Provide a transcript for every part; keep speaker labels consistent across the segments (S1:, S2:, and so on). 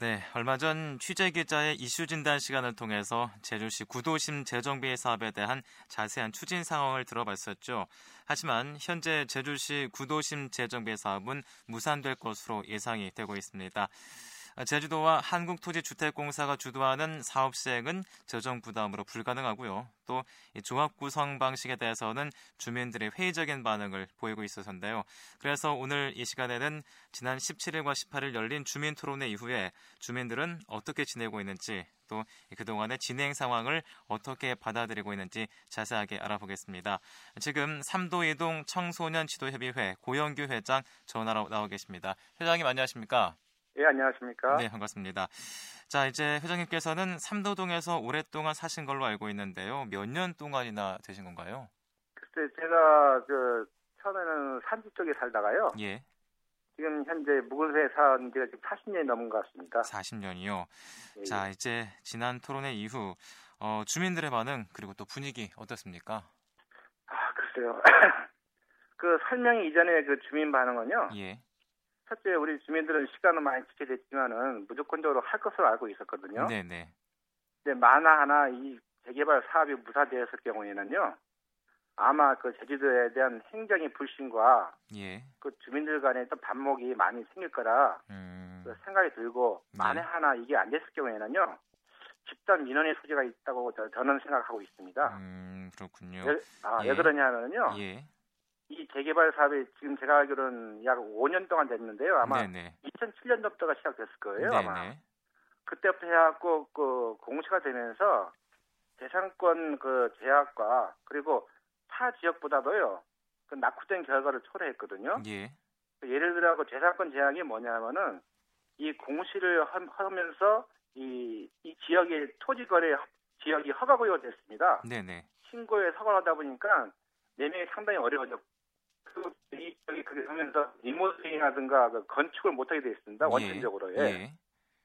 S1: 네, 얼마 전 취재 기자의 이슈 진단 시간을 통해서 제주시 구도심 재정비 사업에 대한 자세한 추진 상황을 들어봤었죠. 하지만 현재 제주시 구도심 재정비 사업은 무산될 것으로 예상이 되고 있습니다. 제주도와 한국토지주택공사가 주도하는 사업 시행은 재정 부담으로 불가능하고요. 또 조합 구성 방식에 대해서는 주민들의 회의적인 반응을 보이고 있어서인데요. 그래서 오늘 이 시간에는 지난 17일과 18일 열린 주민 토론회 이후에 주민들은 어떻게 지내고 있는지 또 그동안의 진행 상황을 어떻게 받아들이고 있는지 자세하게 알아보겠습니다. 지금 삼도이동 청소년 지도협의회 고영규 회장 전화로 나와 계십니다. 회장님 안녕하십니까?
S2: 예, 안녕하십니까.
S1: 네, 반갑습니다. 자, 이제 회장님께서는 삼도동에서 오랫동안 사신 걸로 알고 있는데요. 몇 년 동안이나 되신 건가요?
S2: 글쎄, 제가 그 처음에는 산지 쪽에 살다가요.
S1: 예,
S2: 지금 현재 묵은세 산 지가 지금 40년이 넘은 것 같습니다.
S1: 40년이요.
S2: 예,
S1: 자, 이제 지난 토론회 이후 어, 주민들의 반응 그리고 또 분위기 어떻습니까?
S2: 아, 글쎄요. 그 설명이 이전에 그 주민 반응은요.
S1: 예,
S2: 첫째, 우리 주민들은 시간은 많이 지체됐지만은 무조건적으로 할 것으로 알고 있었거든요.
S1: 네, 네,
S2: 근데 만화 하나 이 재개발 사업이 무사되었을 경우에는요. 아마 그 제주도에 대한 행정의 불신과
S1: 예,
S2: 그 주민들 간의 또 반목이 많이 생길 거라
S1: 음,
S2: 그 생각이 들고
S1: 네.
S2: 만에 하나 이게 안 됐을 경우에는요 집단 민원의 소지가 있다고 저- 저는 생각하고 있습니다.
S1: 음, 그렇군요.
S2: 왜, 아,
S1: 예.
S2: 왜 그러냐면요
S1: 예,
S2: 이 재개발 사업이 지금 제가 알기로는 약 5년 동안 됐는데요 아마
S1: 네, 네,
S2: 2007년도부터가 시작됐을 거예요
S1: 네,
S2: 아마
S1: 네,
S2: 그때부터 해갖고 그 공시가 되면서 재산권 그 제약과 그리고 타 지역보다도요 그 낙후된 결과를 초래했거든요.
S1: 예,
S2: 예를 들어 그 재산권 제약이 뭐냐면은 이 공시를 함- 하면서 이, 이 지역의 토지 거래 허- 지역이 허가구역 됐습니다.
S1: 네, 네,
S2: 신고에 서거하다 보니까 매매가 상당히 어려워졌고 그이 지역이 그게 하면서 리모델링이라든가 그 건축을 못하게 되어 있습니다.
S1: 예,
S2: 원천적으로 예.
S1: 예,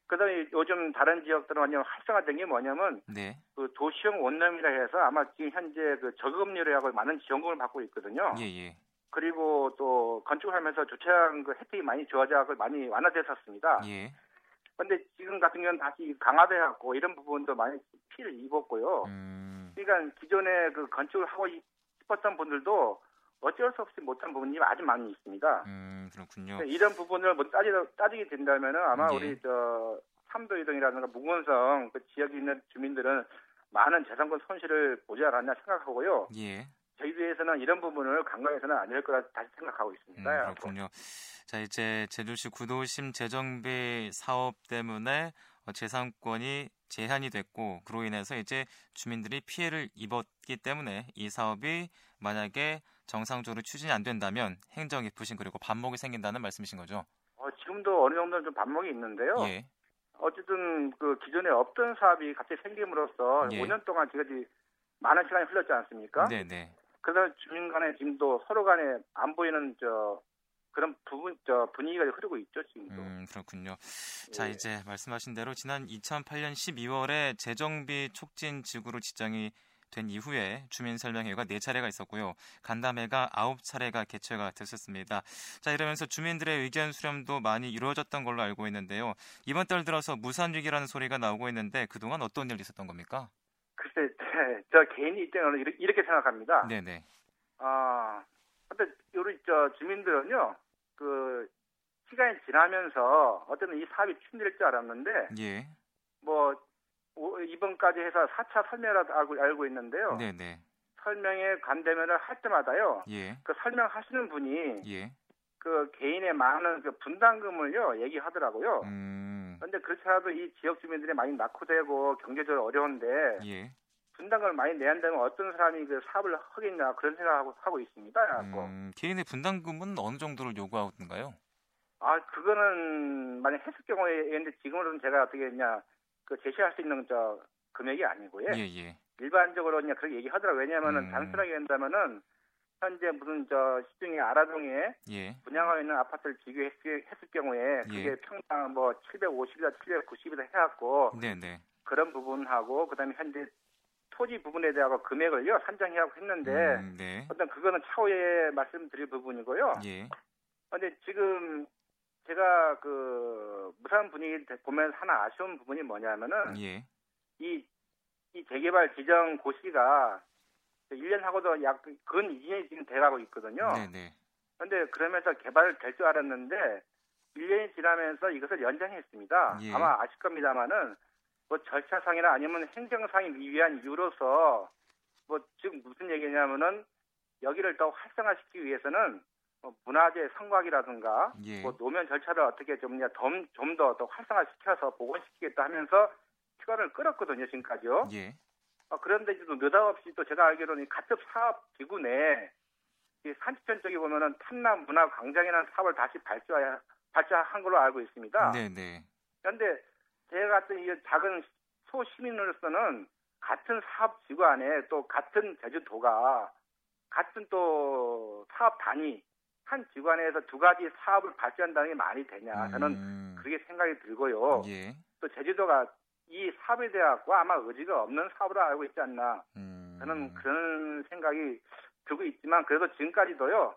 S2: 그다음에 요즘 다른 지역들은 완전 활성화된 게 뭐냐면
S1: 네,
S2: 그 도시형 원룸이라 해서 아마 지금 현재 그 저금률하고 많은 지원금을 받고 있거든요.
S1: 예, 예,
S2: 그리고 또 건축하면서 주차장 그 혜택이 많이 조화작을 많이 완화됐었습니다.
S1: 예,
S2: 그런데 지금 같은 경우는 다시 강화돼갖고 이런 부분도 많이 피를 입었고요.
S1: 음,
S2: 그러니까 기존에 그 건축을 하고 싶었던 분들도 어쩔 수 없이 못한 부분이 아주 많이 있습니다.
S1: 음, 그렇군요.
S2: 그러니까 이런 부분을 뭐 따지, 따지게 된다면은 아마
S1: 예.
S2: 우리 저 삼도 이동이라든가 무건성 그 지역에 있는 주민들은 많은 재산권 손실을 보지 않았나 생각하고요.
S1: 예.
S2: 저희도에서는 이런 부분을 관광에서는 안 될 거라 다시 생각하고
S1: 음,
S2: 있습니다.
S1: 그렇군요. 자 이제 제주시 구도심 재정비 사업 때문에 어, 재산권이 제한이 됐고 그로 인해서 이제 주민들이 피해를 입었기 때문에 이 사업이 만약에 정상적으로 추진이 안 된다면 행정의 부신 그리고 반목이 생긴다는 말씀이신 거죠?
S2: 어, 지금도 어느 정도는 좀 반목이 있는데요.
S1: 예,
S2: 어쨌든 그 기존에 없던 사업이 갑자기 생김으로써
S1: 예.
S2: 5년 동안 지금까지 많은 시간이 흘렀지 않습니까?
S1: 네, 네,
S2: 그래서 주민 간에 지금도 서로 간에 안 보이는 저 그런 부분 저 분위기가 흐르고 있죠 지금도.
S1: 음, 그렇군요. 자
S2: 예.
S1: 이제 말씀하신 대로 지난 2008년 12월에 재정비 촉진 지구로 지정이 된 이후에 주민 설명회가 네 차례가 있었고요. 간담회가 아홉 차례가 개최가 됐었습니다. 자 이러면서 주민들의 의견 수렴도 많이 이루어졌던 걸로 알고 있는데요. 이번 달 들어서 무산 위기라는 소리가 나오고 있는데 그동안 어떤 일이 있었던 겁니까?
S2: 글쎄 저 개인이 입장으로 이렇게, 이렇게 생각합니다.
S1: 네네.
S2: 아 근데 우리 저 주민들은요 그 시간이 지나면서 어쨌든 이 사업이 추진될 줄 알았는데
S1: 예.
S2: 뭐 오- 이번까지 해서 4차 설명이라도 알고, 알고 있는데요.
S1: 네네.
S2: 설명회 간대면을 할 때마다요.
S1: 예.
S2: 그 설명하시는 분이
S1: 예.
S2: 그 개인의 많은 그 분담금을요 얘기하더라고요.
S1: 음.
S2: 그런데 그렇더라도 이 지역 주민들이 많이 낙후되고 경제적으로 어려운데
S1: 예.
S2: 분담금을 많이 내야 한다면 어떤 사람이 그 사업을 하겠냐 그런 생각하고 하고 있습니다. 그래갖고
S1: 음, 개인의 분담금은 어느 정도를 요구하던가요?
S2: 아 그거는 만약 했을 경우에 근데 지금으로는 제가 어떻게 했냐 그 제시할 수 있는 저 금액이 아니고요.
S1: 예 예.
S2: 일반적으로 그냥 그렇게 얘기하더라고요. 왜냐하면
S1: 음.
S2: 은 단순하게 한다면은 현재 무슨 저 시중에 아라동에
S1: 예.
S2: 분양하고 있는 아파트를 비교했을 했을 경우에 그게
S1: 예.
S2: 평당 뭐 750이다 790이다 해갖고
S1: 네네.
S2: 그런 부분하고 그다음에 현재 토지 부분에 대하고 금액을요 산정해갖고 했는데
S1: 음, 네.
S2: 아, 어떤 그거는 차후에 말씀드릴 부분이고요.
S1: 예.
S2: 근데 지금 제가 그 무산 분위기 보면 하나 아쉬운 부분이 뭐냐면은
S1: 예.
S2: 이, 이 재개발 지정 고시가 1년 하고도 약 근 2년이 지금 돼가고 있거든요.
S1: 네네.
S2: 그런데 그러면서 개발될 줄 알았는데 1년이 지나면서 이것을 연장했습니다.
S1: 예.
S2: 아마 아실 겁니다만은 뭐 절차상이나 아니면 행정상의 미비한 이유로서 뭐 지금 무슨 얘기냐면은 여기를 더 활성화시키기 위해서는 뭐 문화재 성곽이라든가
S1: 예.
S2: 뭐 노면 절차를 어떻게 좀좀더 더 활성화시켜서 복원시키겠다 하면서 시간을 끌었거든요 지금까지요.
S1: 예.
S2: 아, 그런데 이제 또 느닷없이 또 제가 알기로는 이 가첩 사업 기구 내에 이 산지편 쪽에 보면은 탐남 문화 광장이라는 사업을 다시 발주하, 발주한 걸로 알고 있습니다.
S1: 네네.
S2: 그런데 제가 같은 이 작은 소시민으로서는 같은 사업 기구 안에 또 같은 제주도가 같은 또 사업 단위 한 기구 안에서 두 가지 사업을 발주한다는 게 말이 되냐 저는
S1: 음,
S2: 그렇게 생각이 들고요.
S1: 예.
S2: 또 제주도가 이 사업에 대하고 아마 의지가 없는 사업으로 알고 있지 않나
S1: 음,
S2: 저는 그런 생각이 들고 있지만 그래도 지금까지도요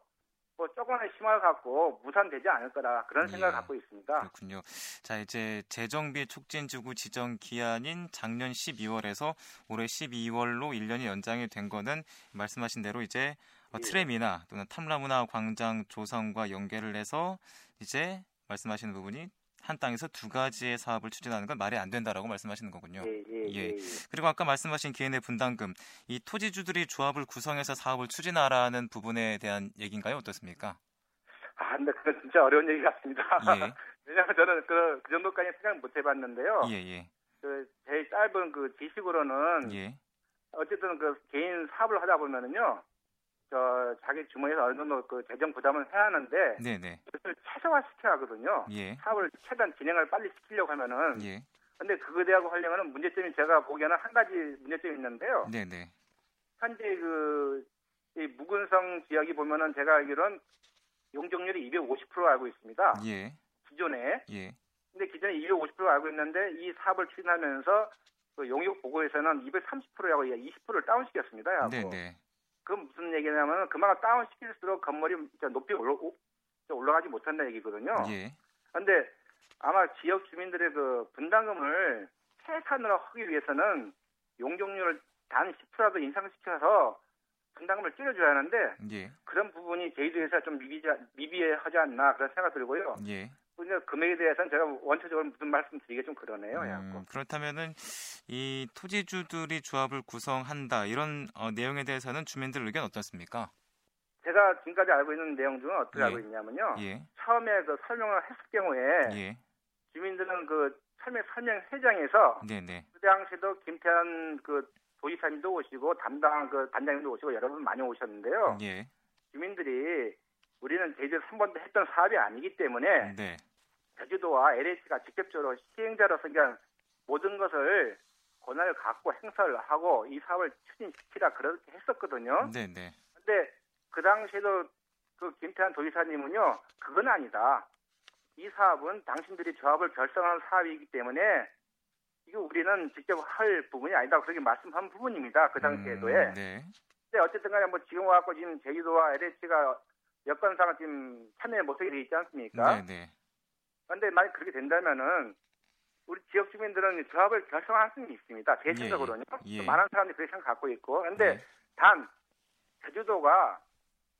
S2: 뭐 조금의 희망을 갖고 무산되지 않을 거라 그런 생각을
S1: 예.
S2: 갖고 있습니다.
S1: 그렇군요. 자, 이제 재정비 촉진 지구 지정 기한인 작년 12월에서 올해 12월로 1년이 연장이 된 거는 말씀하신 대로 이제 어,
S2: 예.
S1: 트램이나 또는 탐라문화 광장 조성과 연계를 해서 이제 말씀하시는 부분이 한 땅에서 두 가지의 사업을 추진하는 건 말이 안 된다라고 말씀하시는 거군요.
S2: 예, 예,
S1: 예.
S2: 예, 예.
S1: 그리고 아까 말씀하신 기회내 분담금, 이 토지주들이 조합을 구성해서 사업을 추진하라는 부분에 대한 얘기인가요? 어떻습니까?
S2: 아, 근데 그건 진짜 어려운 얘기 같습니다.
S1: 예,
S2: 왜냐하면 저는 그, 그 정도까지 생각 못 해봤는데요.
S1: 예, 예,
S2: 그 제일 짧은 그 지식으로는
S1: 예,
S2: 어쨌든 그 개인 사업을 하다 보면은요, 저 자기 주머니에서 어느 정도 그 재정 부담을 해야 하는데
S1: 네, 네,
S2: 그것을 최소화시켜야 하거든요.
S1: 예,
S2: 사업을 최대한 진행을 빨리 시키려고 하면은
S1: 예,
S2: 근데 그거에 대하고 하려면 문제점이 제가 보기에는 한 가지 문제점이 있는데요.
S1: 네, 네,
S2: 현재 그, 이 무근성 지역이 보면은 제가 알기로는 용적률이 250% 알고 있습니다.
S1: 예,
S2: 기존에.
S1: 예,
S2: 근데 기존에 250% 알고 있는데 이 사업을 추진하면서 그 용역 보고에서는 230%하고 20%를 다운시켰습니다. 하고.
S1: 네, 네,
S2: 그건 무슨 얘기냐면 그만큼 다운시킬수록 건물이 진짜 높이 올라, 오- 올라가지 못한다는 얘기거든요.
S1: 예,
S2: 근데 아마 지역 주민들의 그 분담금을 최소한으로 하기 위해서는 용적률을 단 10%라도 인상시켜서 분담금을 줄여줘야 하는데
S1: 예,
S2: 그런 부분이 제주도에서 좀 미비자, 미비하지 않나 그런 생각 들고요.
S1: 예.
S2: 근데 금액에 대해서는 제가 원초적으로 무슨 말씀 드리기 좀 그러네요.
S1: 음, 그렇다면은 이 토지주들이 조합을 구성한다 이런 어, 내용에 대해서는 주민들 의견 어떻습니까?
S2: 제가 지금까지 알고 있는 내용 중은 어떻게 네.
S1: 예.
S2: 알고 있냐면요.
S1: 예,
S2: 처음에 그 설명을 했을 경우에
S1: 예,
S2: 주민들은 그 설명, 설명 회장에서
S1: 네, 네,
S2: 그 당시도 김태현 그 도지사님도 오시고 담당 그 단장님도 오시고 여러분 많이 오셨는데요.
S1: 예,
S2: 주민들이 우리는 제주도 3번도 했던 사업이 아니기 때문에
S1: 네,
S2: 제주도와 LH가 직접적으로 시행자로서 그냥 모든 것을 권한을 갖고 행사를 하고 이 사업을 추진시키라 그렇게 했었거든요.
S1: 네, 네,
S2: 근데 그 당시에도 그 김태환 도지사님은요, 그건 아니다. 이 사업은 당신들이 조합을 결성한 사업이기 때문에 이거 우리는 직접 할 부분이 아니다. 그렇게 말씀한 부분입니다. 그 당시에도에.
S1: 음, 네,
S2: 근데 어쨌든 간에 뭐 지금 와갖고 지금 제주도와 LH가 여건상 지금 참여 못하게 돼 있지 않습니까?
S1: 네, 네,
S2: 그런데 만약 그렇게 된다면은 우리 지역 주민들은 조합을 결성할 수는 있습니다. 대체적으로는.
S1: 예.
S2: 많은 사람들이 그렇게 생각 갖고 있고. 근데
S1: 네,
S2: 단 제주도가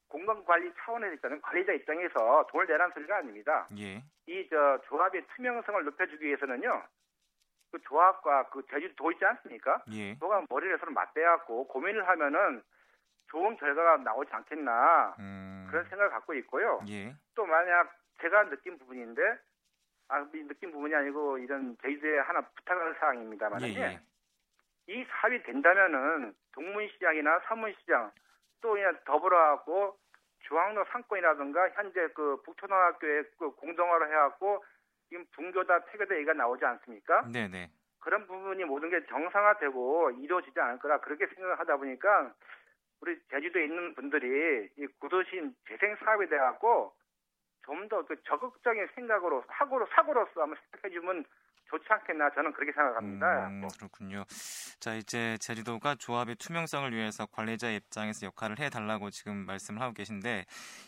S2: 공공관리 차원에서 있다는 관리자 입장에서 돈을 내라는 소리가 아닙니다.
S1: 예,
S2: 이 저 조합의 투명성을 높여주기 위해서는요. 그 조합과 그 제주도 있지 않습니까?
S1: 예,
S2: 조가 머리를 서로 맞대갖고 고민을 하면은 좋은 결과가 나오지 않겠나
S1: 음,
S2: 그런 생각을 갖고 있고요.
S1: 예,
S2: 또 만약 제가 느낀 부분인데 아 느낀 부분이 아니고 이런 제주도에 하나 부탁하는 사항입니다만
S1: 예, 예,
S2: 이 사업이 된다면은 동문시장이나 사문시장 또 그냥 더불어갖고 중앙로 상권이라든가 현재 그 북초등학교에 그 공동화를 해갖고 지금 분교다 폐교다 얘기가 나오지 않습니까?
S1: 네, 네,
S2: 그런 부분이 모든 게 정상화되고 이루어지지 않을 거라 그렇게 생각을 하다 보니까 우리 제주도에 있는 분들이 이 구도심 재생 사업에 대해갖고 좀 더 그 적극적인 생각으로 사고로 사고로서 한번 생각해주면 좋지 않겠나 저는 그렇게 생각합니다. 뭐.
S1: 음, 그렇군요. 자, 이제 제주도가 조합의 투명성을 위해서 관리자 입장에서 역할을 해달라고 지금 말씀을 하고 계신데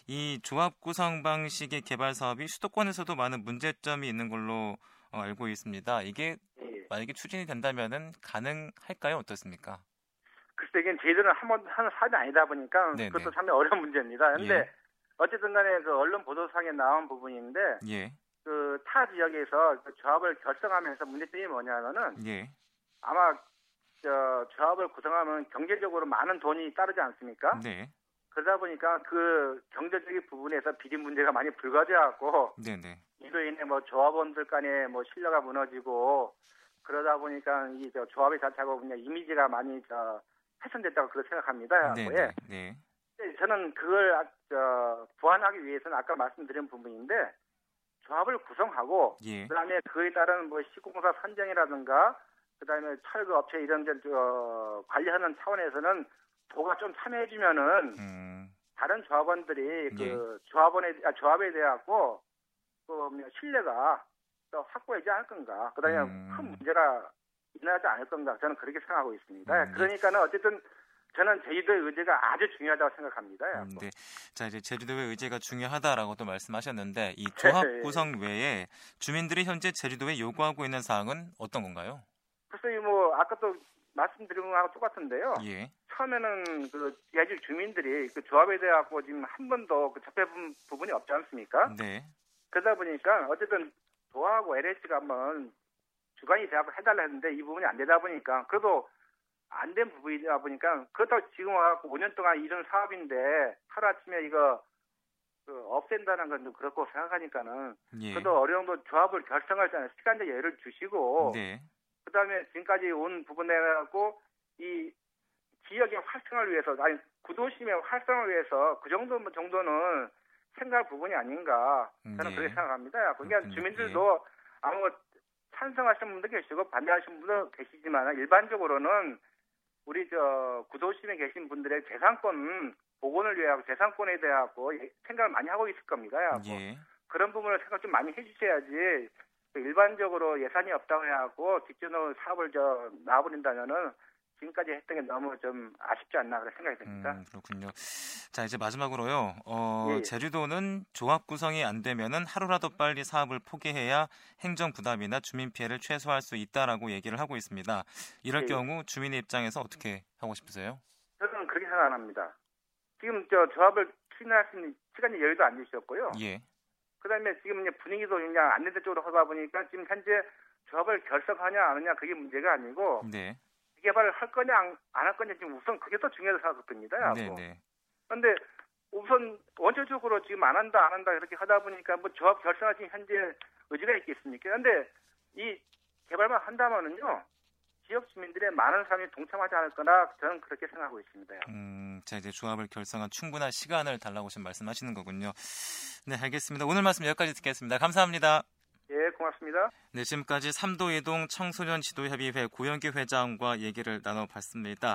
S1: 이 조합 구성 방식의 개발 사업이 수도권에서도 많은 문제점이 있는 걸로 어, 알고 있습니다. 이게
S2: 예.
S1: 만약에 추진이 된다면은 가능할까요? 어떻습니까?
S2: 글쎄 이게 저희들은 한번 하는 사안이 아니다 보니까
S1: 네네.
S2: 그것도 상당히 어려운 문제입니다. 근데
S1: 예.
S2: 어쨌든 간에 그 언론 보도상에 나온 부분인데
S1: 예,
S2: 그 타 지역에서 그 조합을 결성하면서 문제점이 뭐냐면은
S1: 예,
S2: 아마 저 조합을 구성하면 경제적으로 많은 돈이 따르지 않습니까?
S1: 네,
S2: 그러다 보니까 그 경제적인 부분에서 비린 문제가 많이 불거져갖고
S1: 네, 네,
S2: 이로 인해 뭐 조합원들 간에 뭐 신뢰가 무너지고 그러다 보니까 이 저 조합의 자체가 그냥 이미지가 많이 저 훼손됐다고 그렇게 생각합니다.
S1: 네,
S2: 뭐,
S1: 네,
S2: 예.
S1: 네,
S2: 근데 저는 그걸 아- 저 보완하기 위해서는 아까 말씀드린 부분인데 조합을 구성하고
S1: 예,
S2: 그다음에 그에 따른 뭐 시공사 선정이라든가 그다음에 철거 업체 이런 데 저, 관리하는 차원에서는 도가 좀 참여해주면은
S1: 음,
S2: 다른 조합원들이
S1: 예.
S2: 그 조합원에 아, 조합에 대하고 그 뭐냐, 신뢰가 더 확보되지 않을 건가? 그다음에
S1: 음.
S2: 큰 문제가 일어나지 않을 건가? 저는 그렇게 생각하고 있습니다.
S1: 음, 예.
S2: 그러니까는 어쨌든 저는 제주도의 의제가 아주 중요하다고 생각합니다.
S1: 음, 네. 자 이제 제주도의 의제가 중요하다라고 또 말씀하셨는데 이 조합
S2: 예.
S1: 구성 외에 주민들이 현재 제주도에 요구하고 있는 사항은 어떤 건가요?
S2: 글쎄요, 뭐 아까도 말씀드린 거하고 똑같은데요.
S1: 예,
S2: 처음에는 그 제주 주민들이 그 조합에 대하고 지금 한 번도 그 접해 본 부분이 없지 않습니까?
S1: 네,
S2: 그러다 보니까 어쨌든 도하고 LH가 한번 주관이 돼갖고 해달라 했는데 이 부분이 안 되다 보니까 그래도 안 된 부분이다 보니까 그렇다고 지금 와갖고 5년 동안 이런 사업인데 하루아침에 이거 그 없앤다는 건 좀 그렇고 생각하니까는
S1: 예,
S2: 그래도 뭐 어느 정도 조합을 결성할 때는 시간적 여유를 주시고
S1: 네,
S2: 그다음에 지금까지 온 부분에 갖고 이 지역의 활성화를 위해서 아니 구도심의 활성화를 위해서 그 정도 정도는 생각할 부분이 아닌가 저는
S1: 네.
S2: 그렇게 생각합니다. 그러니까
S1: 그렇군요. 예.
S2: 주민들도 아무 찬성하시는 분도 계시고 반대하시는 분도 계시지만 일반적으로는 우리 저 구도심에 계신 분들의 재산권 복원을 위하여 재산권에 대하고 예, 생각을 많이 하고 있을 겁니다.
S1: 예,
S2: 그런 부분을 생각 좀 많이 해주셔야지 그 일반적으로 예산이 없다고 해갖고 직전으로 사업을 저 놔버린다면은 지금까지 했던 게 너무 좀 아쉽지 않나 그런 생각이 듭니다.
S1: 음, 그렇군요. 자 이제 마지막으로요. 어,
S2: 예.
S1: 제주도는 조합 구성이 안 되면은 하루라도 빨리 사업을 포기해야 행정 부담이나 주민 피해를 최소화할 수 있다라고 얘기를 하고 있습니다. 이럴
S2: 예.
S1: 경우 주민의 입장에서 어떻게 하고 싶으세요?
S2: 저는 그렇게 생각 안 합니다. 지금 저 조합을 추진할 수 있는 시간이 여유도 안 주셨고요.
S1: 예,
S2: 그다음에 지금 이제 분위기도 그냥 안 되는 쪽으로 하다 보니까 지금 현재 조합을 결성하냐 안 하냐 그게 문제가 아니고
S1: 네,
S2: 개발을 할 거냐 안 할 거냐 지금 우선 그게 더 중요하다고 생각됩니다.
S1: 네,
S2: 뭐.
S1: 네,
S2: 근데 우선 원초적으로 지금 안 한다 안 한다 이렇게 하다 보니까 뭐 조합 결성하신 현재 의지가 있겠습니까? 근데 이 개발만 한다면은요 지역 주민들의 많은 사람이 동참하지 않을 거나 저는 그렇게 생각하고 있습니다.
S1: 음, 자 이제 조합을 결성한 충분한 시간을 달라고 지금 말씀하시는 거군요. 네, 알겠습니다. 오늘 말씀 여기까지 듣겠습니다. 감사합니다.
S2: 예, 고맙습니다.
S1: 네, 지금까지 삼도이동 청소년 지도협의회 고영기 회장과 얘기를 나눠봤습니다.